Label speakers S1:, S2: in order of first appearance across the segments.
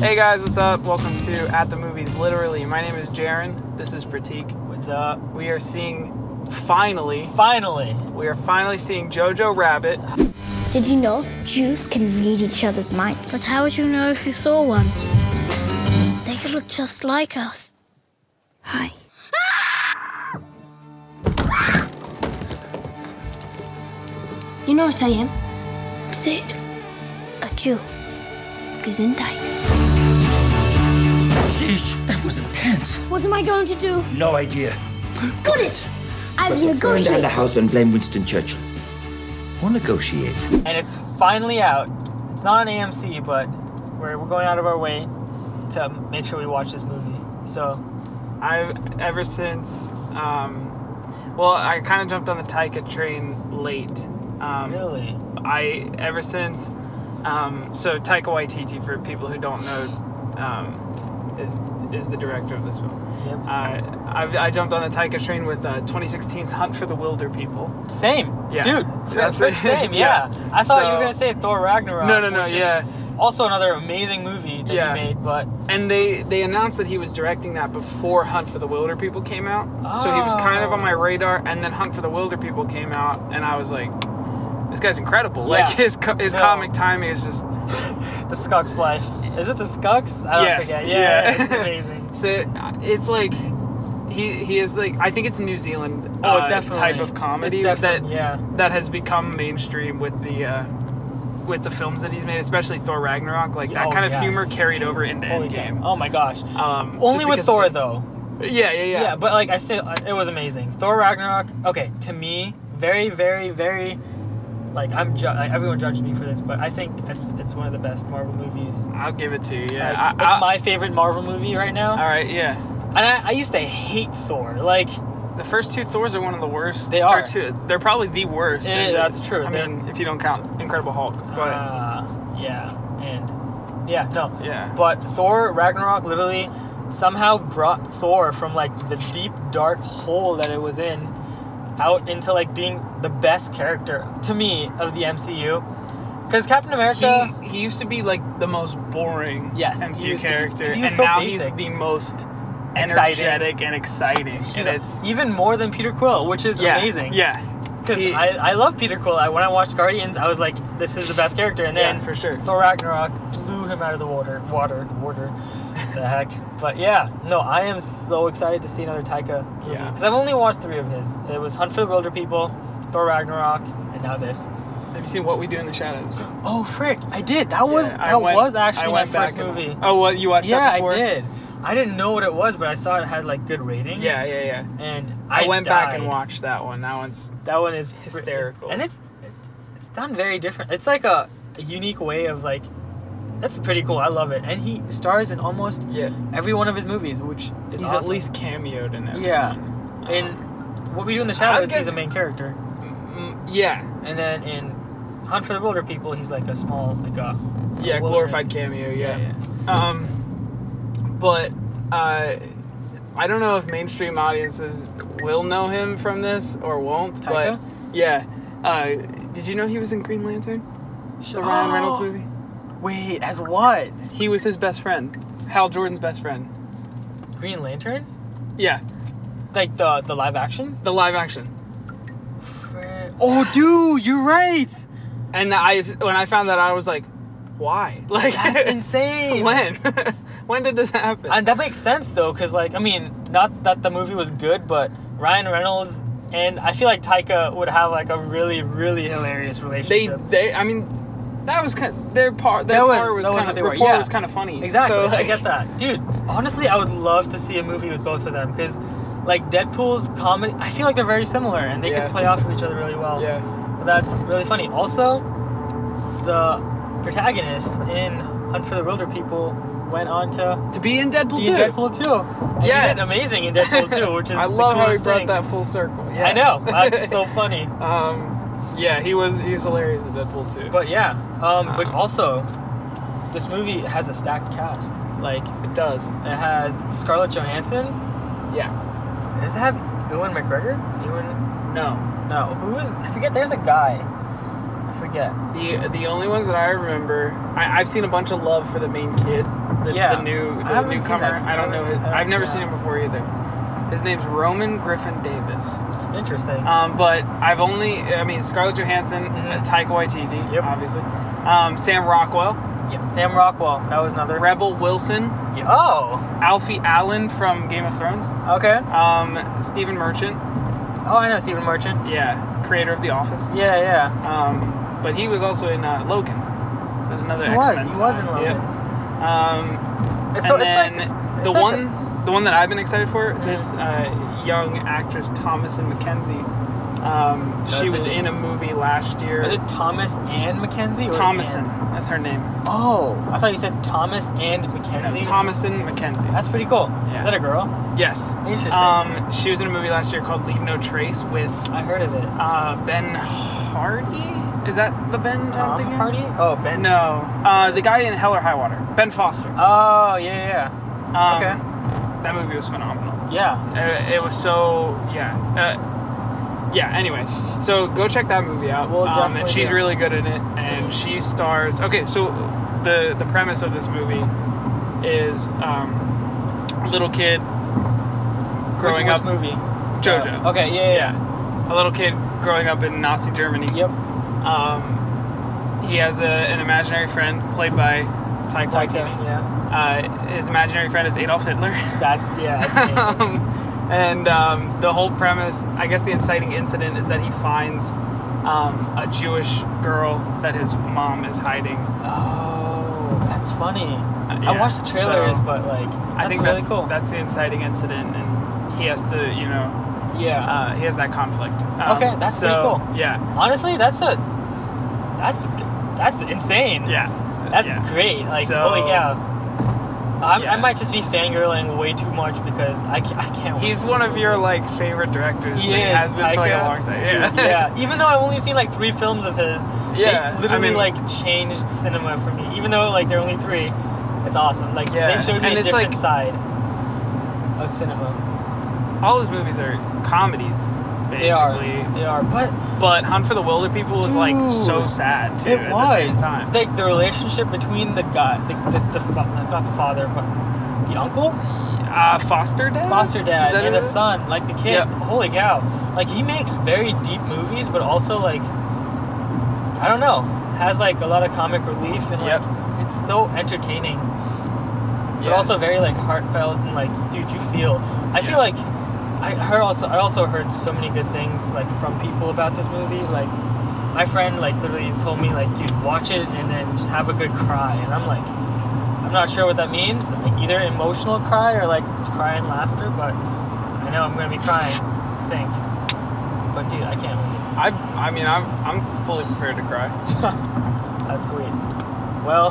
S1: Hey guys, what's up? Welcome to At the Movies Literally. My name is Jaren. This is Pratik.
S2: What's up?
S1: We are seeing, finally,
S2: Finally,
S1: we are finally seeing Jojo Rabbit.
S3: Did you know Jews can read each other's minds?
S4: But how would you know if you saw one? They could look just like us. Ah! Hi.
S3: You know what I am? Say A Jew.
S4: Gesundheit.
S5: Sheesh, that was intense.
S3: What am I going to do?
S5: No idea.
S3: Got it! I will
S5: Burn down the
S3: negotiate.
S5: house and blame Winston Churchill. Or negotiate.
S2: and it's finally out. It's not an AMC, but we're, we're going out of our way to make sure we watch this movie. So
S1: I've ever since, um, well, I kind of jumped on the Taika train late. Um,
S2: really,
S1: I ever since, um, so Taika Waititi, for people who don't know, um, is is the director of this film.
S2: Yep.
S1: Uh, I, I jumped on the Taika train with uh, 2016's Hunt for the Wilder People.
S2: same,
S1: Yeah.
S2: dude.
S1: That's
S2: That's
S1: right.
S2: same.
S1: Yeah.
S2: Yeah. I thought you
S1: So-
S2: were gonna say Thor Ragnarok.
S1: No, no, no,
S2: which is
S1: yeah.
S2: Also another amazing movie that
S1: Yeah.
S2: he made, but
S1: And they, they announced that he was directing that before Hunt for the Wilder People came out. So he
S2: Oh.
S1: was kind of on my radar, and then Hunt for the Wilder People came out, and I was like, this guy's incredible. Like,
S2: Yeah.
S1: his, co- his
S2: No.
S1: comic timing is just.
S2: The Skux Life. Is it the Skux? I don't
S1: Yes,
S2: forget.
S1: yeah.
S2: Yeah, it's amazing.
S1: So it's like. He, he is like I think it's New Zealand
S2: Oh,
S1: uh,
S2: definitely.
S1: type of comedy that
S2: It's definitely- yeah.
S1: that has become mainstream with the uh, with the films that he's made, especially Thor Ragnarok. Like that
S2: Oh,
S1: kind of
S2: yes.
S1: humor carried over into
S2: Holy
S1: Endgame.
S2: cow. Oh my gosh.
S1: Um,
S2: Only
S1: just
S2: with
S1: because-
S2: Thor though.
S1: Yeah, yeah, yeah.
S2: Yeah. but like I still, it was amazing. Thor Ragnarok. Okay, to me, very, very, very. Like I'm, ju- like, everyone judged me for this, but I think it- it's one of the best Marvel movies.
S1: I'll give it to you. Yeah,
S2: Like,
S1: I-
S2: it's
S1: I-
S2: my favorite Marvel movie right now,
S1: All right, yeah.
S2: and I, I used to hate Thor. Like
S1: The first two Thors are one of the worst.
S2: They are.
S1: Or two. They're probably the worst.
S2: Yeah, yeah, that's true.
S1: I
S2: They're-
S1: mean, if you don't count Incredible Hulk, but
S2: Uh, yeah, and yeah, no,
S1: Yeah.
S2: But Thor Ragnarok literally somehow brought Thor from like the deep dark hole that it was in out into like being the best character to me of the MCU. Because Captain America,
S1: he, he used to be like the most boring
S2: Yes, he
S1: MCU
S2: used to be.
S1: character,
S2: He
S1: and
S2: was so
S1: now
S2: basic.
S1: he's the most
S2: Exciting.
S1: energetic and exciting.
S2: he's
S1: and it's
S2: even more than Peter Quill, which is
S1: yeah,
S2: amazing.
S1: Yeah,
S2: Because
S1: He-
S2: I, I love Peter Quill. I, when I watched Guardians, I was like, this is the best character. And then
S1: Yeah, for sure.
S2: Thor Ragnarok blew him out of the water. Water. Water. the heck. But yeah, no, I am so excited to see another Taika movie.
S1: Yeah.
S2: Because I've only watched three of his. It was Hunt for the Wilder People, Thor Ragnarok, and now this.
S1: Have you seen What We Do in the Shadows?
S2: Oh, frick. I did. That was,
S1: Yeah, I
S2: that
S1: went-
S2: was
S1: I
S2: actually my
S1: went back
S2: first
S1: and-
S2: movie.
S1: Oh, what you watched
S2: yeah,
S1: that before?
S2: I did. I didn't know what it was, but I saw it had like good ratings.
S1: Yeah, yeah, yeah.
S2: And
S1: I,
S2: I,
S1: went back and
S2: died.
S1: watched that one. That one's
S2: That one is fr-
S1: Hysterical.
S2: and it's it's- it's done very different. It's like a, a unique way of like that's pretty cool. I love it, and he stars in almost
S1: yeah.
S2: every one of his movies, which is
S1: He's at
S2: awesome.
S1: least cameoed in it.
S2: yeah. In what we do in the shadows,
S1: guess-
S2: he's a main character,
S1: Mm, yeah.
S2: and then in Hunt for the Wilder People, he's like a small like a
S1: Yeah,
S2: wilderness-
S1: glorified cameo. Yeah.
S2: yeah.
S1: Um, but uh, I don't know if mainstream audiences will know him from this or won't.
S2: Taika?
S1: But yeah, uh, did you know he was in Green Lantern, the Ryan Reynolds
S2: Oh.
S1: movie?
S2: Wait, as what?
S1: He was his best friend, Hal Jordan's best friend.
S2: Green Lantern?
S1: Yeah,
S2: Like the the live action?
S1: the live action.
S2: Oh, dude, you're right.
S1: And I, when I found that, out, I was like, why? Like
S2: That's insane.
S1: when? when did this happen?
S2: And that makes sense though, because like I mean, not that the movie was good, but Ryan Reynolds and I feel like Taika would have like a really, really hilarious
S1: they,
S2: relationship.
S1: they. I mean, that was kind. their part. Their
S2: That was-
S1: part was
S2: that was
S1: kind
S2: what
S1: of
S2: they were,
S1: rapport
S2: yeah.
S1: was kind of funny.
S2: exactly.
S1: So,
S2: I
S1: like,
S2: get that, dude. Honestly, I would love to see a movie with both of them because, like, Deadpool's comedy. I feel like they're very similar and they
S1: Yeah.
S2: can play off of each other really well.
S1: Yeah.
S2: But that's really funny. Also, the protagonist in Hunt for the Wilder People went on to
S1: To be in Deadpool
S2: be
S1: too.
S2: in Deadpool too. And he
S1: Yes.
S2: did amazing in Deadpool too, which is
S1: I
S2: the
S1: love how he
S2: coolest
S1: brought
S2: thing.
S1: that full circle. Yeah.
S2: I know. That's so funny.
S1: um, yeah, he was he was hilarious in Deadpool too.
S2: But yeah. Um, but also, this movie has a stacked cast. Like,
S1: it does.
S2: it has Scarlett Johansson.
S1: Yeah.
S2: Does it have Ewan McGregor? Ewan?
S1: No.
S2: No. Who is? I forget. There's a guy. I forget.
S1: The the only ones that I remember, I, I've seen a bunch of love for the main kid. The,
S2: Yeah.
S1: the new
S2: I
S1: the
S2: haven't seen
S1: newcomer.
S2: that.
S1: I
S2: I
S1: don't know.
S2: haven't
S1: It.
S2: seen- I don't-
S1: I've never
S2: yeah.
S1: seen him before either. His name's Roman Griffin Davis.
S2: Interesting.
S1: Um, but I've only, I mean, Scarlett Johansson,
S2: Mhm.
S1: uh, Taika Waititi,
S2: Yep.
S1: obviously. Um, Sam Rockwell,
S2: yeah, Sam Rockwell. That was another.
S1: Rebel Wilson,
S2: Yeah, oh,
S1: Alfie Allen from Game of Thrones,
S2: okay.
S1: um, Stephen Merchant,
S2: Oh, I know Stephen Merchant.
S1: yeah, creator of The Office.
S2: Yeah, yeah.
S1: Um, but he was also in uh, Logan. So there's another
S2: He
S1: X-Men
S2: was. He was in
S1: tie.
S2: Logan.
S1: Yep. Um,
S2: It's,
S1: and
S2: so, it's
S1: then
S2: like it's
S1: the
S2: like Mm-hmm.
S1: one, the one that I've been excited for, this uh, young actress Thomason McKenzie. Um, she
S2: That
S1: was
S2: dude.
S1: in a movie last year.
S2: is it Thomas and Mackenzie? or
S1: Thomason.
S2: Ann?
S1: That's her name.
S2: Oh, I thought you said Thomas and
S1: No,
S2: Mackenzie.
S1: Thomason McKenzie.
S2: That's pretty cool.
S1: Yeah.
S2: Is that a girl?
S1: Yes.
S2: Interesting.
S1: Um, she was in a movie last year called Leave No Trace with
S2: I heard of it.
S1: uh, Ben Hardy. Is that the Ben? that I'm
S2: Tom
S1: thinking?
S2: Hardy? Oh, Ben.
S1: No, uh, the guy in Hell or High Water. Ben Foster.
S2: Oh, yeah,
S1: Um,
S2: yeah. Okay.
S1: That movie was phenomenal.
S2: Yeah.
S1: Uh, it was so yeah. Uh, yeah. Anyway, so go check that movie out.
S2: We'll
S1: um, and
S2: definitely
S1: she's
S2: do.
S1: really good in it, and she stars. Okay, so the the premise of this movie is um, little kid growing
S2: which,
S1: up.
S2: which movie?
S1: JoJo.
S2: Uh, okay, yeah, yeah.
S1: Yeah, a little kid growing up in Nazi Germany.
S2: Yep.
S1: Um, he has a, an imaginary friend played by Taika
S2: Taika,
S1: Waititi.
S2: yeah.
S1: Uh, his imaginary friend is Adolf Hitler.
S2: That's yeah. That's me.
S1: um, and um, the whole premise, I guess the inciting incident is that he finds um, a Jewish girl that his mom is hiding.
S2: oh, that's funny. I
S1: Uh, yeah,
S2: watched the trailers,
S1: so-
S2: but like, that's
S1: I think
S2: really
S1: that's,
S2: cool.
S1: that's the inciting incident, and he has to, you know,
S2: yeah.
S1: uh, he has that conflict. Um,
S2: Okay, that's
S1: so,
S2: pretty cool.
S1: Yeah,
S2: Honestly, that's a that's that's insane.
S1: yeah,
S2: That's
S1: yeah.
S2: great. Like,
S1: So-
S2: holy cow. I'm,
S1: Yeah.
S2: I might just be fangirling way too much because I can't. I can't
S1: He's
S2: watch
S1: one
S2: this
S1: of
S2: movie.
S1: your like favorite directors.
S2: He is,
S1: has been for like a
S2: Taika.
S1: long time.
S2: Dude,
S1: Yeah,
S2: yeah. Even though I've only seen like three films of his,
S1: Yeah,
S2: they
S1: I
S2: literally
S1: mean-
S2: like changed cinema for me. Even though like there are only three, it's awesome. Like
S1: Yeah,
S2: they showed me
S1: and
S2: a
S1: it's,
S2: different
S1: like-
S2: side of cinema.
S1: All his movies are comedies, basically.
S2: They are. They are. But
S1: But Hunt for the Wilder People was like so
S2: Dude,
S1: sad too.
S2: it
S1: at
S2: was
S1: the same time.
S2: like the relationship between the guy, the, the, the fa- not the father, but the uncle,
S1: Uh, foster dad.
S2: foster
S1: Is
S2: dad,
S1: that
S2: and
S1: it?
S2: the son, like the kid.
S1: Yep.
S2: Holy cow! Like he makes very deep movies, but also like I don't know, has like a lot of comic relief and like
S1: Yep.
S2: it's so entertaining, but
S1: Yeah.
S2: also very like heartfelt and like dude, you feel. I
S1: Yeah.
S2: feel like I heard also I also heard so many good things like from people about this movie. Like my friend like literally told me like dude, watch it and then just have a good cry, and I'm like. I'm not sure what that means. Like either emotional cry or like cry and laughter, but I know I'm gonna be crying, I think. But dude, I can't wait.
S1: I. I mean, I'm. I'm fully prepared to cry.
S2: That's sweet. Well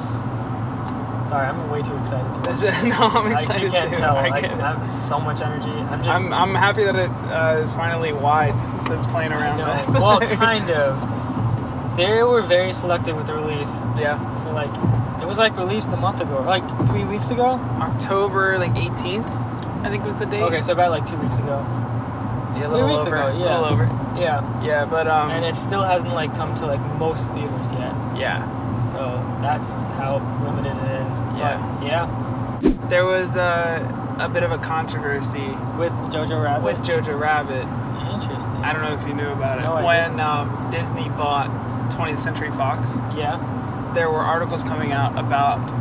S2: sorry, I'm way too excited to
S1: This is- no, I'm
S2: Like
S1: excited
S2: you can't
S1: too.
S2: tell.
S1: I
S2: I,
S1: get it.
S2: I have so much energy. I'm just
S1: I'm, I'm happy that it uh, is finally wide, so it's playing
S2: I
S1: around.
S2: know.
S1: less.
S2: Well kind of. They were very selective with the release.
S1: yeah.
S2: For like it was like released a month ago, like three weeks ago.
S1: October like 18th, I think was the date.
S2: Okay, so about like two weeks ago.
S1: Yeah, a
S2: three
S1: little
S2: weeks
S1: over.
S2: ago,
S1: a
S2: yeah.
S1: little over.
S2: Yeah,
S1: Yeah, but um.
S2: and it still hasn't like come to like most theaters yet.
S1: yeah.
S2: So that's how limited it is.
S1: Yeah.
S2: But yeah.
S1: There was uh, a bit of a controversy
S2: With Jojo Rabbit.
S1: with Jojo Rabbit.
S2: interesting.
S1: I don't know if you knew about it.
S2: No, I
S1: when
S2: didn't.
S1: um, Disney bought 20th Century Fox,
S2: yeah.
S1: there were articles coming out about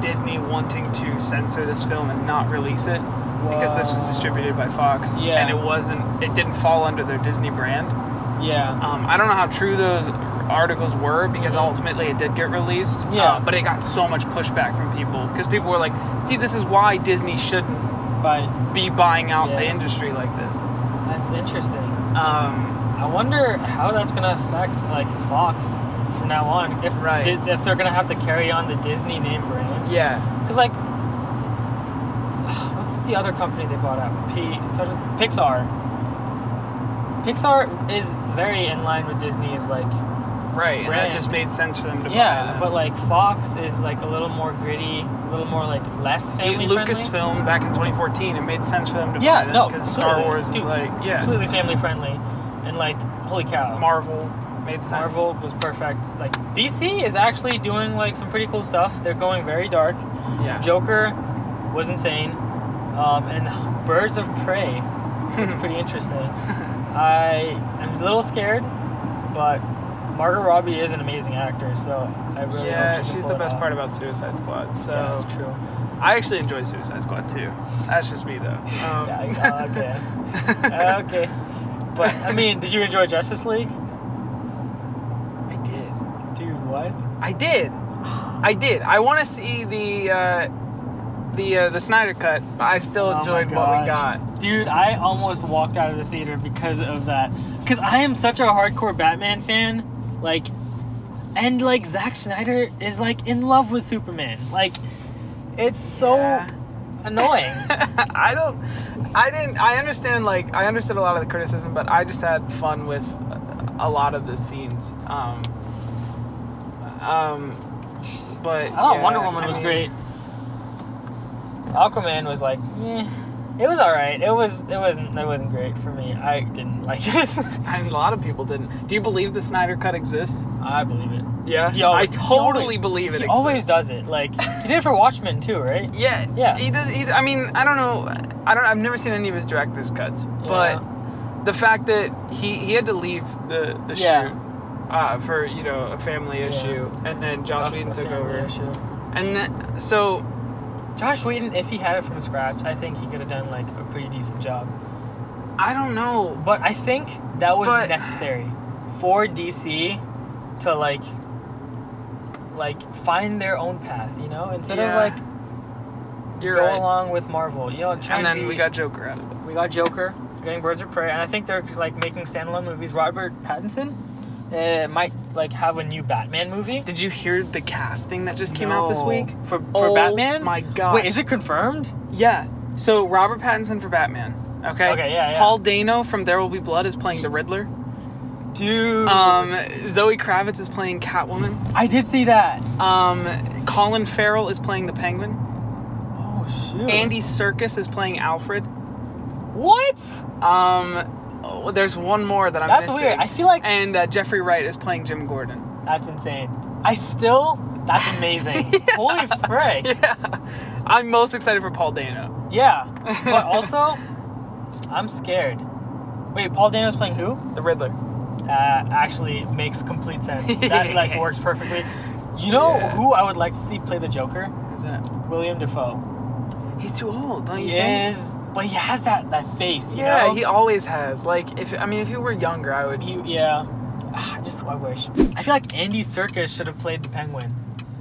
S1: Disney wanting to censor this film and not release it because this was
S2: Whoa.
S1: distributed by Fox
S2: Yeah.
S1: and it wasn't it didn't fall under their Disney brand.
S2: Yeah.
S1: Um, I don't know how true those articles were because ultimately it did get released.
S2: Yeah.
S1: Uh, but it got so much pushback from people because people were like, "See, this is why Disney shouldn't
S2: But
S1: be buying out the
S2: Yeah.
S1: industry like this."
S2: that's interesting.
S1: Um,
S2: I wonder how that's gonna affect like Fox from now on. If
S1: Right.
S2: di- if they're gonna have to carry on the Disney name brand.
S1: yeah.
S2: Because like what's the other company they bought out? P it starts with Pixar. Pixar is very in line with Disney is like
S1: Right. And that
S2: Brand.
S1: just made sense for them to buy.
S2: Yeah,
S1: them.
S2: but like Fox is like a little more gritty, a little more like less family friendly.
S1: Lucasfilm back in 2014, it made sense for them to buy
S2: Yeah,
S1: them
S2: no,
S1: because Star
S2: completely.
S1: Wars is
S2: Dude,
S1: like yeah,
S2: completely family friendly, and like holy cow,
S1: Marvel. made sense.
S2: Marvel was perfect. Like DC is actually doing like some pretty cool stuff. They're going very dark.
S1: Yeah.
S2: Joker was insane, um, and Birds of Prey was pretty interesting. I am a little scared, but Margot Robbie is an amazing actor, so I really
S1: yeah,
S2: hope she can
S1: she's
S2: pull
S1: the
S2: it
S1: best
S2: off.
S1: part about Suicide Squad. So
S2: Yeah, that's true.
S1: I actually enjoy Suicide Squad too. That's just me though. Um,
S2: Yeah, I- okay. okay. But I mean, did you enjoy Justice League?
S1: I did.
S2: Dude, what?
S1: Um, I did. I did. I want to see the uh, the uh, the Snyder cut. but I still
S2: Oh my
S1: enjoyed what we
S2: gosh.
S1: got.
S2: Dude, I almost walked out of the theater because of that. Because I am such a hardcore Batman fan. Like, and like, Zack Snyder is like in love with Superman. Like, it's so
S1: Yeah.
S2: annoying.
S1: I don't. I didn't. I understand. Like I understood a lot of the criticism, but I just had fun with a lot of the scenes. Um. Um. But
S2: I thought
S1: yeah,
S2: Wonder Woman
S1: I
S2: was
S1: mean,
S2: great. Aquaman was like, meh. It was alright. It was it wasn't it wasn't great for me. I didn't like it.
S1: And a lot of people didn't. Do you believe the Snyder cut exists?
S2: I believe it.
S1: Yeah.
S2: He always-
S1: I
S2: he
S1: totally
S2: always-
S1: believe it.
S2: He
S1: exists.
S2: always does it. Like he did it for Watchmen too, right?
S1: Yeah.
S2: Yeah.
S1: He does. He, I mean, I don't know. I don't. I've never seen any of his director's cuts, but the fact that he he had to leave the the
S2: Yeah.
S1: shoot uh, for you know a family issue, and then Joss Whedon took
S2: Family
S1: over,
S2: issue.
S1: and then so
S2: Josh Whedon, if he had it from scratch, I think he could have done like a pretty decent job.
S1: I don't know.
S2: But I think that was
S1: But-
S2: necessary for DC to like like find their own path, you know, instead
S1: Yeah.
S2: of like
S1: You're
S2: go
S1: right.
S2: along with Marvel. You know, try
S1: and
S2: to
S1: then
S2: be-
S1: we got Joker out of it.
S2: we got Joker, we're getting Birds of Prey, and I think they're like making standalone movies. Robert Pattinson uh, might like have a new Batman movie.
S1: Did you hear the casting that just came out this
S2: No.
S1: week
S2: for for
S1: Oh
S2: Batman.
S1: My God.
S2: Wait, is it confirmed?
S1: Yeah. So Robert Pattinson for Batman. Okay.
S2: Okay, yeah, yeah.
S1: Paul Dano from There Will Be Blood is playing the Riddler.
S2: Dude,
S1: Um, Zoe Kravitz is playing Catwoman.
S2: I did see that.
S1: Um, Colin Farrell is playing the Penguin.
S2: Oh shoot.
S1: Andy Circus is playing Alfred.
S2: what?
S1: Um, oh, there's one more that I'm
S2: That's
S1: missing.
S2: weird. I feel like
S1: and uh, Jeffrey Wright is playing Jim Gordon.
S2: that's insane. I still. That's amazing. Holy frick.
S1: I'm most excited for Paul Dano.
S2: Yeah. But also, I'm scared. Wait, Paul Dano's playing who?
S1: The Riddler.
S2: uh, actually makes complete sense. That like works perfectly. You know
S1: Yeah.
S2: who I would like to see play the Joker?
S1: Who's that?
S2: William Defoe.
S1: He's too old, don't you
S2: He
S1: think?
S2: is, but he has that that face. You
S1: Yeah,
S2: know?
S1: he always has. Like, if I mean, if he were younger, I would.
S2: He- yeah. Ah, just I wish. I feel like Andy Serkis should have played the Penguin.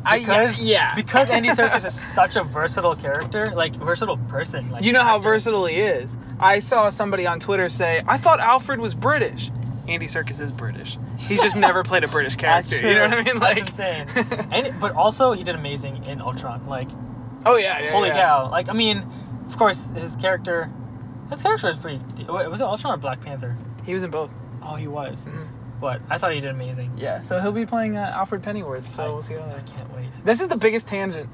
S1: I
S2: Because
S1: yeah.
S2: because Andy Serkis is such a versatile character, like versatile person. Like
S1: you know how
S2: actor.
S1: versatile he is. I saw somebody on Twitter say, "I thought Alfred was British." Andy Serkis is British. He's just never played a British
S2: That's
S1: character.
S2: true.
S1: You know what I mean? Like,
S2: That's insane. and but also he did amazing in Ultron. Like
S1: oh yeah, yeah
S2: Holy
S1: yeah.
S2: cow! Like I mean, of course his character, his character is pretty. de- Wait, was it Ultron or Black Panther?
S1: He was in both.
S2: Oh, he was. But I thought he did amazing.
S1: Mm-hmm. Yeah, so he'll be playing uh, Alfred Pennyworth. So
S2: I-
S1: we'll see how
S2: I
S1: that.
S2: can't wait.
S1: This is the biggest tangent.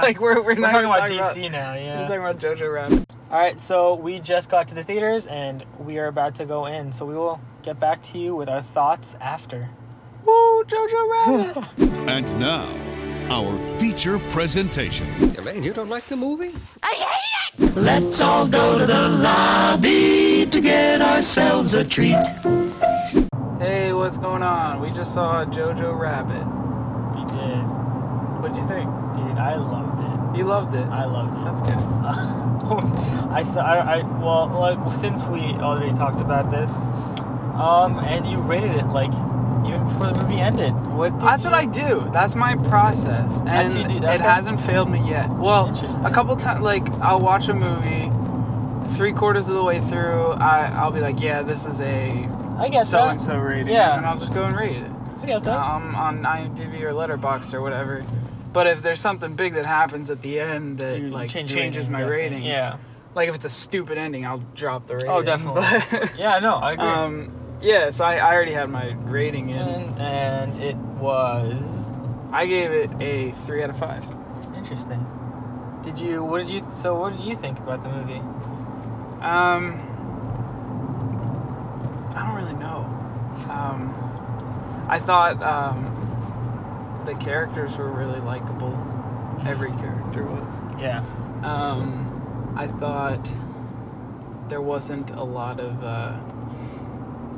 S1: like we're we're,
S2: We're
S1: not
S2: talking
S1: even
S2: about
S1: talking
S2: DC
S1: About,
S2: now,
S1: We're
S2: yeah.
S1: talking about Jojo Rabbit.
S2: All right, so we just got to the theaters and we are about to go in. So we will get back to you with our thoughts after.
S1: Woo, Jojo Rabbit.
S6: And now, our feature presentation.
S5: Elaine, you don't like the movie?
S7: Let's all go to the lobby to get ourselves a treat.
S1: hey, what's going on? We just saw Jojo Rabbit.
S2: We did,
S1: What'd you think?
S2: dude. I loved it.
S1: You loved it.
S2: I loved it.
S1: That's good.
S2: I saw. I, I well, like since we already talked about this, um, and you rated it like even before the movie ended. What? Did
S1: That's
S2: you,
S1: what I do. That's my process, and
S2: That's you do-
S1: it
S2: okay.
S1: hasn't failed me yet. Well,
S2: Interesting.
S1: a couple times, like I'll watch a movie, three quarters of the way through, I I'll be like, yeah, this is a
S2: I get
S1: so
S2: that.
S1: and so rating,
S2: Yeah.
S1: and I'll just go and rate it.
S2: I get that.
S1: um, on IMDb or Letterboxd or whatever. But if there's something big that happens at the end that
S2: You
S1: like
S2: change your
S1: changes
S2: rating,
S1: my
S2: I'm guessing.
S1: rating,
S2: Yeah.
S1: Like if it's a stupid ending, I'll drop the rating.
S2: Oh, definitely.
S1: But,
S2: yeah, I know. I agree.
S1: um, yeah. So I, I already had my rating in.
S2: and, and it was
S1: I gave it a three out of five.
S2: interesting. Did you? What did you? So what did you think about the movie?
S1: Um, I don't really know. Um, I thought um, the characters were really likable. Every character was.
S2: Yeah.
S1: Um, I thought there wasn't a lot of uh,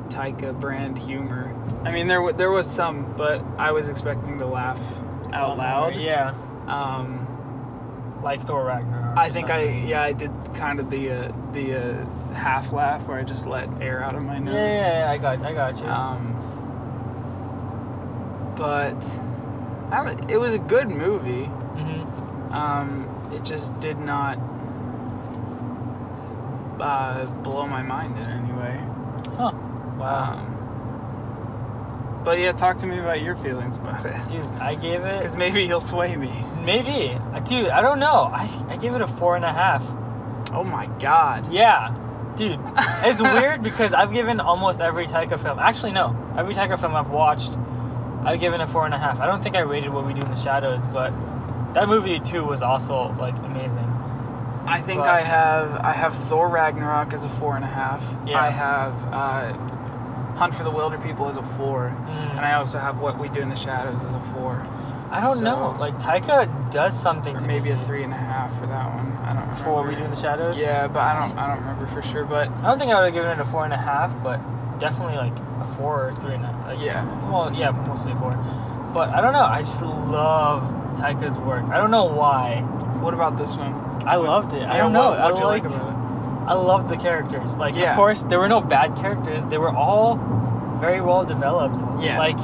S1: Taika brand humor. I mean, there wa there was some, but I was expecting to laugh out loud.
S2: Yeah.
S1: Um,
S2: Like Thor Ragnarok.
S1: I
S2: or
S1: think
S2: something.
S1: I yeah I did kind of the uh, the uh, half laugh where I just let air out of my nose.
S2: Yeah, yeah, yeah, I got, I got you.
S1: Um, but I don't, it was a good movie.
S2: hmm
S1: Um, it just did not uh, blow my mind in any way.
S2: Huh. Wow.
S1: Um, but yeah, talk to me about your feelings about it,
S2: Dude, I gave it.
S1: because maybe he'll sway me.
S2: Maybe. I- Dude, I don't know. I, I give it a four and a half.
S1: Oh my god!
S2: Yeah. Dude, it's weird because I've given almost every Taika film. Actually, no. Every Taika film I've watched, I've given a four and a half. I don't think I rated What We Do in the Shadows, but that movie too was also like amazing.
S1: I think
S2: But-
S1: I have I have Thor Ragnarok as a four and a half.
S2: Yeah.
S1: I have uh, Hunt for the Wilder People as a four,
S2: Mm.
S1: and I also have What We Do in the Shadows as a four,
S2: I don't know.
S1: So-
S2: Like Taika does something
S1: or
S2: to
S1: maybe
S2: me
S1: a three and a half for that one. I don't.
S2: for What We Do in
S1: remember.
S2: the Shadows.
S1: Yeah, but I don't I don't remember for sure. But
S2: I don't think I would have given it a four and a half, but definitely like a four or three and a like,
S1: Yeah.
S2: Well, yeah, mostly a four. But I don't know. I just love Taika's work. I don't know why.
S1: what about this one?
S2: I loved it. I
S1: Yeah,
S2: don't know.
S1: what-
S2: I
S1: what'd you like
S2: liked.
S1: about it?
S2: I loved the characters. Like,
S1: Yeah.
S2: of course, there were no bad characters. They were all very well developed.
S1: Yeah.
S2: Like,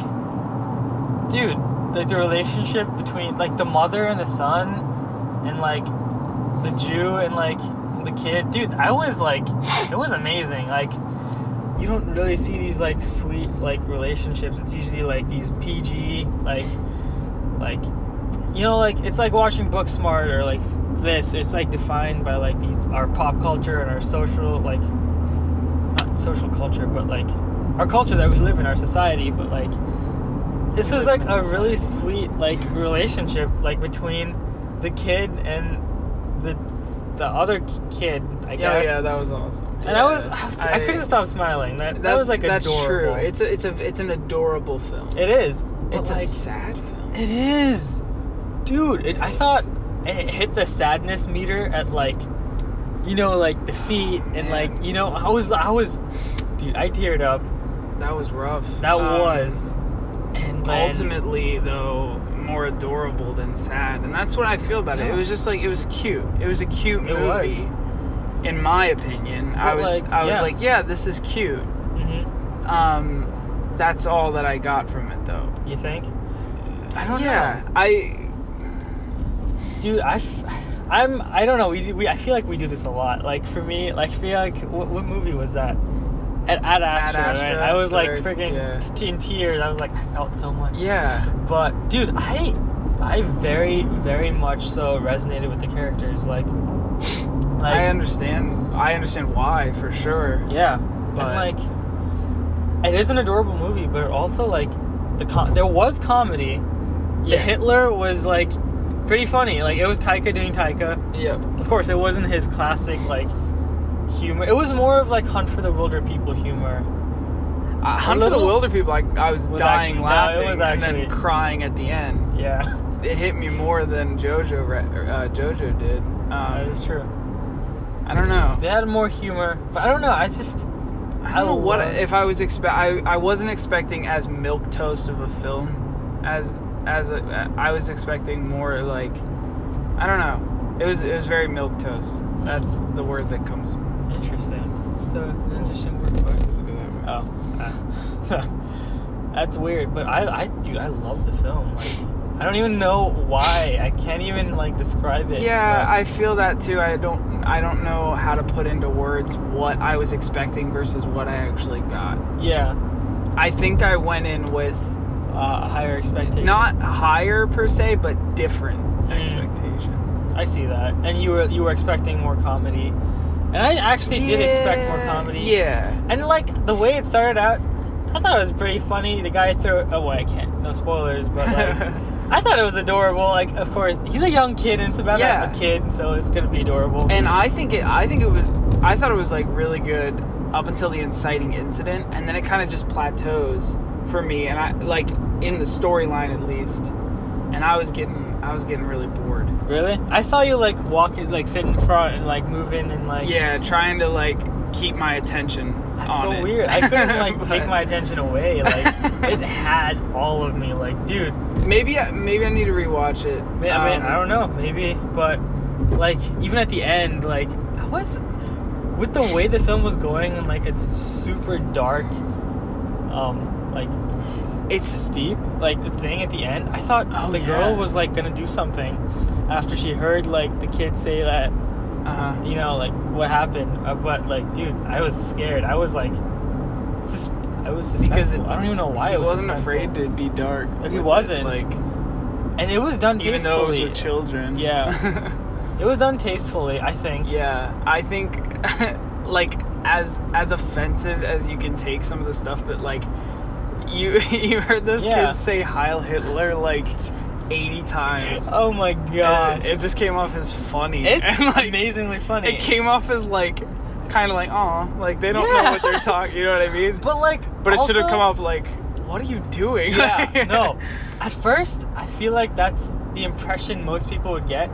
S2: dude, like the relationship between like the mother and the son, and like the Jew and like the kid. Dude, I was like, it was amazing. Like, you don't really see these like sweet like relationships. It's usually like these PG like like you know like it's like watching Booksmart or like this. It's like defined by like these our pop culture and our social like not social culture but like our culture that we live in our society. But like this was like a really sweet like relationship like between the kid and the the other k- kid. I
S1: Oh, Yeah,
S2: guess.
S1: yeah, that was awesome.
S2: And I was, I, couldn't stop smiling. That, that was like
S1: that's true.
S2: adorable.
S1: It's a, it's a it's an adorable film.
S2: it is.
S1: it's
S2: But,
S1: a
S2: like,
S1: sad film.
S2: it is, dude. It, I thought and it hit the sadness meter at like, you know, like the feet and like you know, I was, I was, dude, I teared up.
S1: That was rough.
S2: That
S1: Um,
S2: was, and then,
S1: ultimately though more adorable than sad, and that's what I feel about it.
S2: Yeah.
S1: It was just like it was cute. It was a cute
S2: It was.
S1: movie, in my opinion. I
S2: But,
S1: was
S2: like,
S1: I was
S2: yeah.
S1: like, yeah, this is cute.
S2: Mhm.
S1: Um, that's all that I got from it though.
S2: you think? I don't
S1: yeah, I
S2: know, dude. I. F- I'm. I don't know. We, do- we. I feel like we do this a lot. Like for me, like I feel like what, what movie was that? At Ad Astra. right?
S1: Astra,
S2: I was like
S1: third,
S2: freaking
S1: yeah.
S2: t- in tears. I was like, I felt so much.
S1: yeah.
S2: But dude, I I very very much so resonated with the characters. Like, like
S1: I understand. I understand why for sure.
S2: yeah,
S1: but-
S2: and like it is an adorable movie, but it also like the com- there was comedy. The
S1: Yeah.
S2: Hitler was like pretty funny. Like it was Taika doing Taika.
S1: Yep.
S2: Of course, it wasn't his classic like humor. It was more of like Hunt for the Wilder People humor.
S1: I, Hunt for the
S2: little-
S1: Wilder People, I, I was,
S2: Was
S1: dying
S2: actually- no, it
S1: laughing
S2: was
S1: and
S2: actually-
S1: then crying at the end.
S2: Yeah,
S1: It hit me more than JoJo re- uh, JoJo did.
S2: that
S1: Um,
S2: is true.
S1: I don't know.
S2: They had more humor, but I don't know. I just
S1: I don't know what
S2: love-
S1: if I was expect. I, I wasn't expecting as milk toast of a film as as a, I was expecting more like I don't know. It was it was very milk toast. That's the word that comes.
S2: Interesting. So an interesting word for it. Oh, ah. that's weird. But I, I, dude, I love the film. Like, I don't even know why. I can't even like describe it.
S1: Yeah,
S2: but-
S1: I feel that too. I don't I don't know how to put into words what I was expecting versus what I actually got.
S2: yeah.
S1: I think I went in with
S2: Uh, higher expectations. Mm.
S1: not higher per se, but different expectations.
S2: I see that. And you were you were expecting more comedy, and I actually did expect more
S1: Yeah,
S2: comedy.
S1: Yeah.
S2: And like the way it started out, I thought it was pretty funny. The guy threw. Oh wait, I can't. No spoilers, but like. I thought it was adorable. Like, of course, he's a young kid, and it's about
S1: Yeah.
S2: a kid, so it's gonna be adorable.
S1: and I think it I think it was I thought it was like really good up until the inciting incident and then it kind of just plateaus for me, and I like in the storyline at least. And I was getting, I was getting really bored.
S2: Really? I saw you like walking, like sit in front and like move in and like.
S1: Yeah, trying to like keep my attention.
S2: That's
S1: on
S2: so
S1: it.
S2: weird. I couldn't like take
S1: But-
S2: my attention away. Like it had all of me. Like, dude,
S1: Maybe, I- maybe I need to rewatch it.
S2: I mean, I, mean,
S1: Um,
S2: I don't know, maybe, but like even at the end, like I was with the way the film was going and like it's super dark, um, like it's steep, like the thing at the end. I thought
S1: Oh,
S2: the
S1: yeah.
S2: girl was like gonna do something after she heard like the kid say that
S1: Uh-huh.
S2: you know like what happened, uh, but like dude, I was scared. I was like, sus- I was suspenseful.
S1: Because it,
S2: I don't even know why
S1: he
S2: it was
S1: wasn't
S2: suspenseful.
S1: afraid to be dark.
S2: He
S1: with it,
S2: wasn't.
S1: like
S2: and it was done
S1: even though it was
S2: tastefully.
S1: with children.
S2: Yeah. It was done tastefully, I think.
S1: Yeah, I think like as as offensive as you can take some of the stuff that like you you heard this
S2: Yeah.
S1: kid say Heil Hitler like 80 times.
S2: Oh my
S1: And
S2: god.
S1: it just came off as funny.
S2: it's
S1: And, like,
S2: amazingly funny.
S1: It came off as like kind of like oh, like they don't know
S2: Yeah.
S1: what they're talking, you know what I mean?
S2: but like
S1: But it should have
S2: also-
S1: come off like what are you doing?
S2: Yeah, no. At first, I feel like that's the impression most people would get.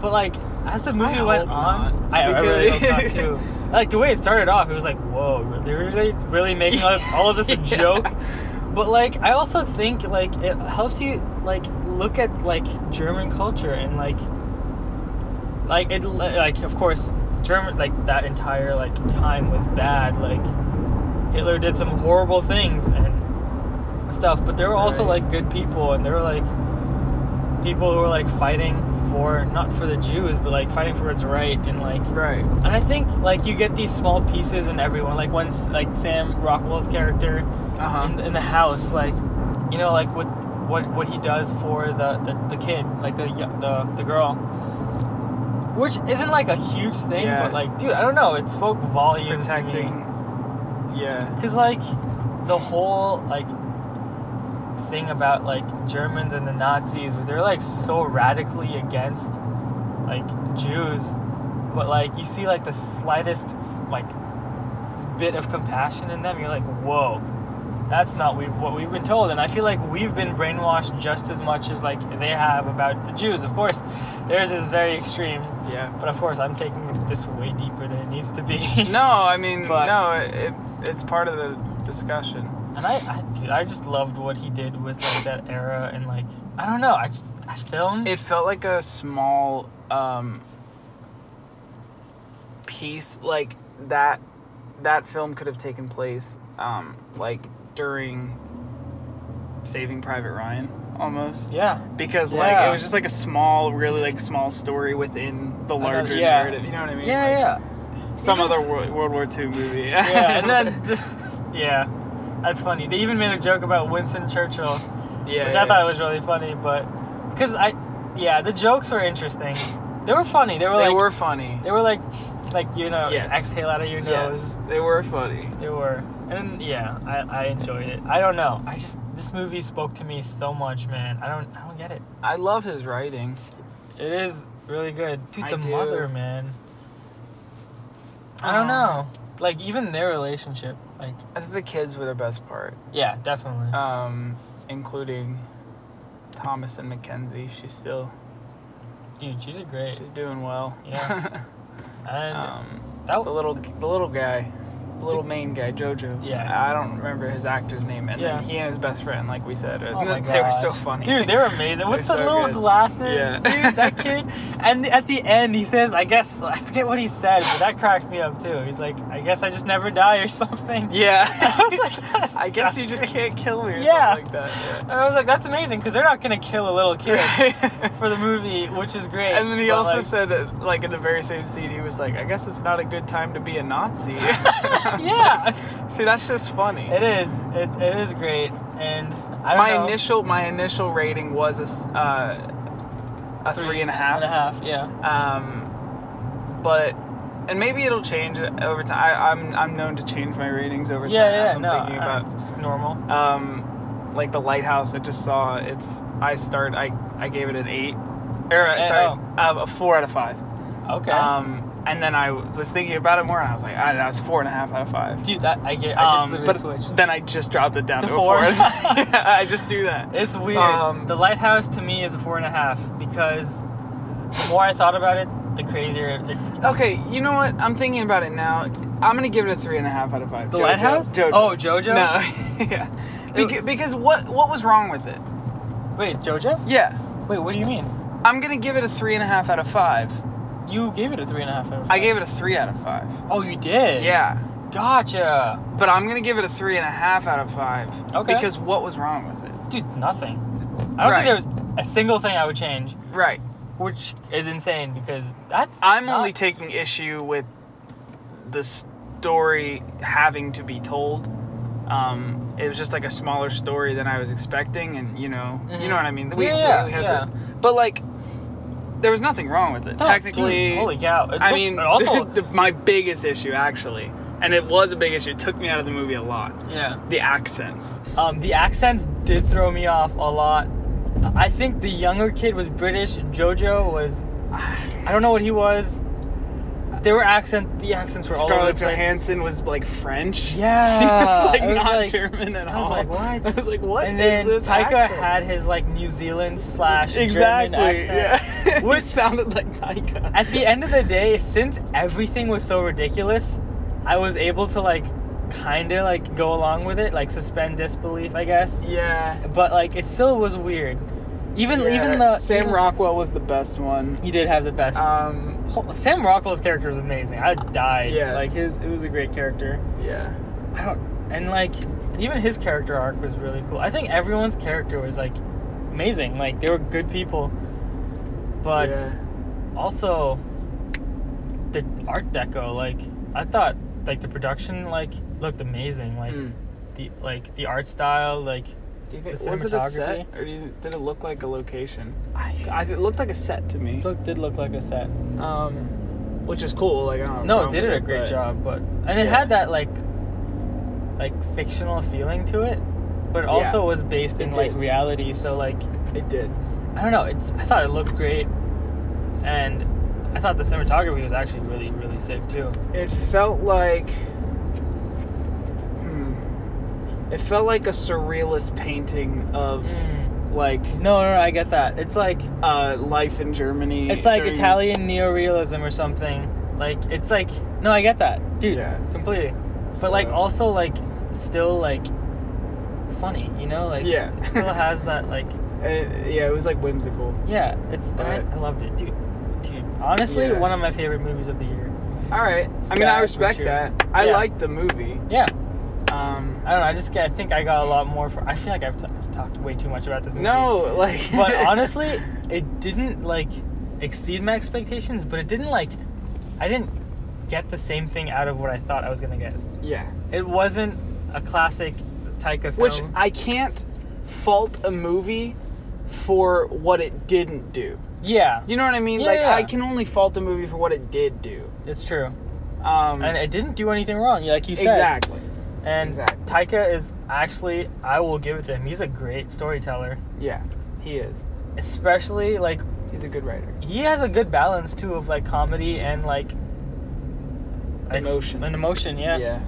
S2: But like as the movie
S1: I
S2: went
S1: hope
S2: on,
S1: not,
S2: I, I really hope
S1: because-
S2: not too. Like the way it started off, it was like, whoa, they're really really making all this, all of this a
S1: Yeah.
S2: joke. But like I also think like it helps you like look at like German culture and like like it like of course German like that entire like time was bad like Hitler did some horrible things and stuff but there were also
S1: Right.
S2: like good people and there were like people who were like fighting for not for the Jews but like fighting for what's right and like
S1: Right.
S2: and I think like you get these small pieces in everyone like once like Sam Rockwell's character in,
S1: Uh-huh.
S2: in the house, like you know, like what what what he does for the the, the kid, like the yo- the the girl, which isn't like a huge thing,
S1: Yeah.
S2: but like, dude, I don't know, it spoke volumes
S1: Protecting Yeah.
S2: because like the whole like thing about like Germans and the Nazis, they're like so radically against like Jews, but like you see like the slightest like bit of compassion in them, you're like, whoa, that's not we what we've been told. And I feel like we've been brainwashed just as much as like they have about the Jews. Of course, theirs is very extreme,
S1: Yeah.
S2: but of course I'm taking this way deeper than it needs to be.
S1: No, I mean
S2: But-
S1: no, it, it, it's part of the discussion.
S2: And I, I, dude, I just loved what he did with like that era and like I don't know. I just that film.
S1: it felt like a small um piece like that that film could have taken place um like during saving private ryan almost
S2: yeah.
S1: because like
S2: Yeah.
S1: it was just like a small really like small story within the
S2: Another-
S1: larger
S2: yeah.
S1: narrative you know what i mean Like,
S2: Yeah,
S1: some
S2: Even-
S1: other world, world war ii movie
S2: yeah, yeah. And then, yeah, that's funny. They even made a joke about Winston Churchill,
S1: yeah
S2: which
S1: yeah.
S2: I thought was really funny. But because I, yeah, the jokes were interesting. They were funny. They were
S1: they
S2: like
S1: were funny
S2: they were like like you know
S1: Yes.
S2: exhale out of your nose.
S1: yes they were funny
S2: They were, and yeah, I, I enjoyed it. I don't know. I just this movie spoke to me so much, man. I don't I don't get it.
S1: i love his writing
S2: It is really good. Dude,
S1: I
S2: the
S1: do.
S2: mother, man. I don't
S1: Um,
S2: know. Like even their relationship, like
S1: i think the kids were the best part
S2: yeah, definitely.
S1: um, including Thomas and Mackenzie. She's still
S2: Dude, she did great.
S1: she's doing well.
S2: Yeah. And
S1: um,
S2: that
S1: the little the little guy, the little main guy, Jojo.
S2: Yeah.
S1: I don't remember his actor's name. And
S2: Yeah.
S1: then he and his best friend, like we said,
S2: Oh my
S1: they were so
S2: gosh.
S1: funny.
S2: Dude, they were amazing. With
S1: They're
S2: the
S1: so
S2: little
S1: good.
S2: glasses,
S1: Yeah.
S2: dude, that kid. And at the end, he says, I guess, I forget what he said, but that cracked me up too. He's like, I guess I just never die or something.
S1: yeah.
S2: I was like, that's-
S1: I guess
S2: that's
S1: you just
S2: great.
S1: can't kill me or
S2: Yeah.
S1: something like that.
S2: And I was like, that's amazing because they're not going to kill a little kid
S1: Yeah.
S2: for the movie, which is great.
S1: And then he
S2: but,
S1: also
S2: like,
S1: said, uh, like in the very same scene, he was like, "I guess it's not a good time to be a Nazi."
S2: Yeah,
S1: See, that's just funny.
S2: it is. It, it is great. And I don't
S1: my
S2: know.
S1: initial my initial rating was a s- uh, a three and a half.
S2: And a half, yeah.
S1: Um, but and maybe it'll change over time. I, I'm I'm known to change my ratings over time.
S2: yeah,
S1: as
S2: yeah,
S1: I'm
S2: no.
S1: thinking
S2: uh,
S1: about
S2: it's normal.
S1: um, like the lighthouse. I just saw it's. I start. I I gave it an eight. Or,
S2: Eh,
S1: sorry, um,
S2: oh.
S1: uh, a four out of five.
S2: Okay.
S1: Um, And then I was thinking about it more, and I was like, I don't know, it's four and a half out of five.
S2: Dude, that I get. I just
S1: Um,
S2: literally
S1: but
S2: switched.
S1: then I just dropped it down
S2: To
S1: to,
S2: four?
S1: a four. yeah, I just do that.
S2: It's weird.
S1: Um,
S2: the lighthouse to me is a four and a half because the more I thought about it, the crazier. It,
S1: Okay, you know what? I'm thinking about it now. I'm gonna give it a three and a half out of five.
S2: The Lighthouse? Oh, Jojo?
S1: No, yeah. Beca- because what what was wrong with it?
S2: wait, Jojo?
S1: Yeah,
S2: Wait, what do you mean?
S1: I'm gonna give it a three and a half out of five.
S2: You gave it a three and a half. Out of
S1: I
S2: five.
S1: gave it a three out of five.
S2: Oh, you did.
S1: Yeah,
S2: Gotcha.
S1: but I'm gonna give it a three and a half out of five.
S2: Okay.
S1: Because what was wrong with it?
S2: Dude, nothing. I don't
S1: Right.
S2: think there was a single thing I would change,
S1: Right.
S2: which is insane because that's.
S1: I'm
S2: not-
S1: only taking issue with the story having to be told. Um, it was just like a smaller story than I was expecting, and you know, you know what I mean.
S2: Yeah, Mm-hmm. yeah,
S1: had
S2: yeah.
S1: the- but like, there was nothing wrong with it.
S2: Oh,
S1: Technically,
S2: dude, holy cow! It
S1: I
S2: looked-
S1: mean,
S2: and also,
S1: the, my biggest issue actually, and it was a big issue. It took me out of the movie a lot.
S2: yeah.
S1: The accents.
S2: Um, the accents did throw me off a lot. I think the younger kid was British. Jojo was, I don't know what he was. There were accent. The accents were all over
S1: Scarlett
S2: the place.
S1: Johansson was like French.
S2: Yeah,
S1: she was like
S2: I was
S1: not
S2: like-
S1: German at all.
S2: I was like, what?
S1: I was like, what?
S2: And
S1: is
S2: then
S1: this
S2: Taika
S1: accent?
S2: had his like New Zealand slash
S1: exactly.
S2: German accent,
S1: Yeah,
S2: which
S1: which sounded like Taika.
S2: at the end of the day, since everything was so ridiculous, I was able to like kind of like go along with it, like suspend disbelief, I guess.
S1: yeah,
S2: But like it still was weird. Even even
S1: Yeah,
S2: the
S1: Sam
S2: even-
S1: Rockwell was the best one.
S2: he did have the best.
S1: Um,
S2: Ho- Sam Rockwell's character was amazing. I died.
S1: Yeah.
S2: like his it was a great character.
S1: yeah,
S2: I don't and like even his character arc was really cool. I think everyone's character was like amazing. Like they were good people, but.
S1: yeah.
S2: also the art deco like i thought like the production like looked amazing like
S1: Mm.
S2: the like the art style like
S1: Do you
S2: the
S1: think was it a set
S2: cinematography.
S1: or do you, did it look like a location? I, I it looked like a set to me.
S2: look did look like a set
S1: Um, which is cool. Like I don't have
S2: no
S1: problem
S2: they did
S1: with
S2: a great
S1: but-
S2: job but and it
S1: Yeah.
S2: had that like like fictional feeling to it but it also
S1: Yeah.
S2: was based in
S1: It
S2: like
S1: did.
S2: reality so like
S1: It did.
S2: i don't know it, i thought it looked great and i thought the cinematography was actually really really sick too
S1: It felt like. Hmm, it felt like a surrealist painting of
S2: Mm.
S1: like
S2: no no no i get that it's like
S1: uh, life in Germany.
S2: It's like
S1: during-
S2: Italian neorealism or something. Like it's like no, I get that, dude,
S1: Yeah.
S2: completely. But like
S1: So-
S2: also like still like funny, you know? Like
S1: Yeah.
S2: it still has that like
S1: Uh, yeah, it was like whimsical.
S2: yeah. It's and I,
S1: Right.
S2: I loved it, dude. Dude, honestly,
S1: Yeah.
S2: one of my favorite movies of the year.
S1: All right. I mean,
S2: Sad,
S1: I
S2: but
S1: respect
S2: true.
S1: that. I
S2: Yeah.
S1: liked the movie.
S2: Yeah,
S1: Um,
S2: I don't know. I just get, I think I got a lot more. For, I feel like I've, t- I've talked way too much about this movie.
S1: no, like.
S2: but honestly, it didn't like exceed my expectations. But it didn't like, I didn't get the same thing out of what I thought I was gonna get.
S1: yeah.
S2: It wasn't a classic Taika film.
S1: Which I can't fault a movie for what it didn't do.
S2: yeah,
S1: You know what I mean?
S2: Yeah,
S1: like
S2: yeah.
S1: I can only fault a movie for what it did do.
S2: it's true,
S1: Um,
S2: and it didn't do anything wrong, like you said.
S1: exactly.
S2: And
S1: exactly.
S2: Taika is actually, I will give it to him. He's a great storyteller,
S1: Yeah, he is.
S2: especially like
S1: He's a good writer.
S2: he has a good balance too of like comedy and like like,
S1: Emotion.
S2: and emotion, yeah.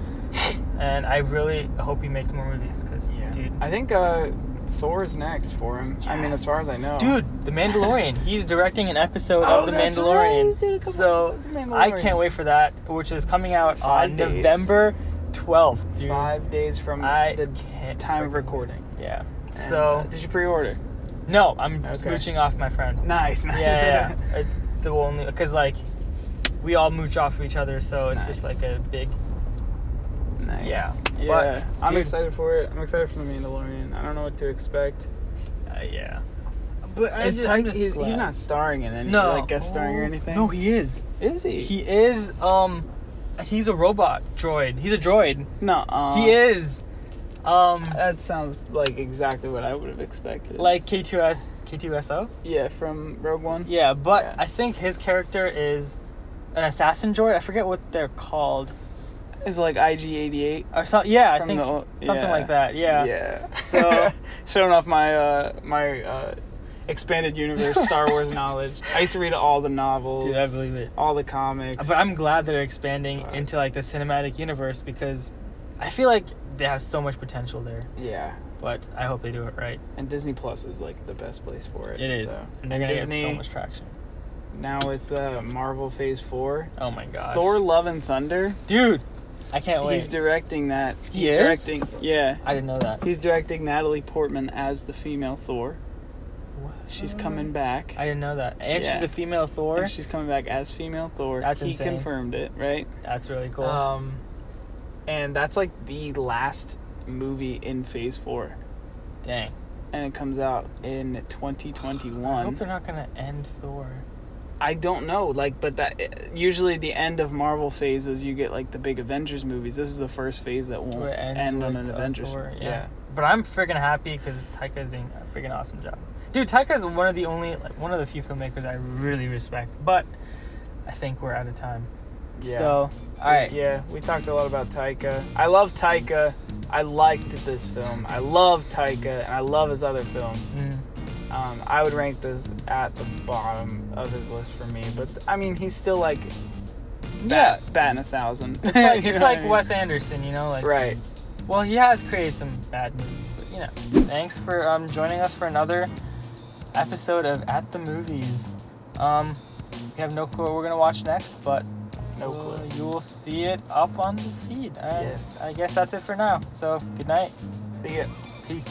S2: And I really hope he makes more movies because, dude.
S1: I think uh, Thor is next for him. I mean, as far as I know.
S2: Dude, The Mandalorian. He's directing an episode
S1: Oh,
S2: of The
S1: that's
S2: Mandalorian.
S1: right. He's doing a couple
S2: so
S1: episodes of Mandalorian.
S2: I can't wait for that, which is coming out
S1: Five
S2: on
S1: days.
S2: November 12th. Dude.
S1: five days from
S2: I
S1: the
S2: can't
S1: time of recording.
S2: Yeah.
S1: Uh,
S2: So
S1: did you pre-order?
S2: no, I'm
S1: Okay.
S2: mooching off my friend.
S1: Nice. nice.
S2: Yeah, yeah, yeah. it's the only because like we all mooch off each other, so
S1: Nice.
S2: it's just like a big.
S1: nice.
S2: Yeah.
S1: yeah.
S2: But,
S1: I'm
S2: dude-
S1: excited for it. I'm excited for the Mandalorian. I don't know what to expect.
S2: Uh, yeah. But I
S1: Is
S2: just,
S1: Ty-
S2: I'm just
S1: he's,
S2: glad.
S1: he's not starring in any
S2: no
S1: like guest starring or anything.
S2: No, he is.
S1: is he?
S2: He is. Um, he's a robot droid. He's a droid.
S1: no.
S2: He is. Um,
S1: That sounds like exactly what I would have expected.
S2: like K2S, K2SO.
S1: yeah, from Rogue One.
S2: Yeah, but
S1: Yeah.
S2: I think his character is an assassin droid. I forget what they're called.
S1: Is like IG88.
S2: Or so, yeah, I
S1: From
S2: think
S1: the
S2: s-
S1: old-
S2: something
S1: yeah.
S2: like that. Yeah.
S1: Yeah.
S2: So
S1: Showing off my uh my uh expanded universe Star Wars knowledge. I used to read all the novels,
S2: Dude, I believe it.
S1: all the comics.
S2: But I'm glad they're expanding into like the cinematic universe because I feel like they have so much potential there.
S1: yeah,
S2: But I hope they do it right.
S1: and Disney Plus is like the best place for it.
S2: It is,
S1: so.
S2: and they're gonna get
S1: Disney-
S2: so much traction.
S1: Now with uh, Marvel Phase Four,
S2: Oh my gosh,
S1: Thor: Love and Thunder.
S2: dude! I can't wait.
S1: He's directing that. He's
S2: He is?
S1: directing. Yeah,
S2: I didn't know that.
S1: he's directing Natalie Portman as the female Thor. She's coming back.
S2: I didn't know that. And she's
S1: Yeah.
S2: a female Thor.
S1: And she's coming back as female Thor.
S2: That's
S1: he
S2: insane.
S1: confirmed it, right?
S2: That's really cool.
S1: Um, and that's like the last movie in Phase Four,
S2: Dang.
S1: and it comes out in
S2: I hope
S1: 2021.
S2: they're not gonna end Thor.
S1: I don't know, like, but that eh, usually the end of Marvel phases, you get like the big Avengers movies. This is the first phase that won't
S2: Where it ends
S1: end on
S2: with,
S1: an
S2: uh,
S1: Avengers.
S2: Thor, Yeah. But I'm freaking happy because Taika's doing a freaking awesome job. Dude, Taika's one of the only, like, one of the few filmmakers I really respect. But I think we're out of time.
S1: Yeah.
S2: So, all right.
S1: Yeah, we talked a lot about Taika. I love Taika. I liked this film. I love Taika, and I love his other films.
S2: Mm.
S1: Um, I would rank this at the bottom of his list for me, but I mean, he's still like
S2: Yeah.
S1: bat, batting a thousand.
S2: It's like,
S1: You
S2: it's
S1: know
S2: like
S1: what I mean?
S2: Wes Anderson, you know? Like,
S1: Right.
S2: Well, he has created some bad movies, but you know. Thanks for um, joining us for another episode of At the Movies. Um, we have no clue what we're gonna watch next, but
S1: No
S2: uh,
S1: clue.
S2: you will see it up on the feed. And
S1: Yes.
S2: I guess that's it for now. So good night.
S1: See ya.
S2: Peace.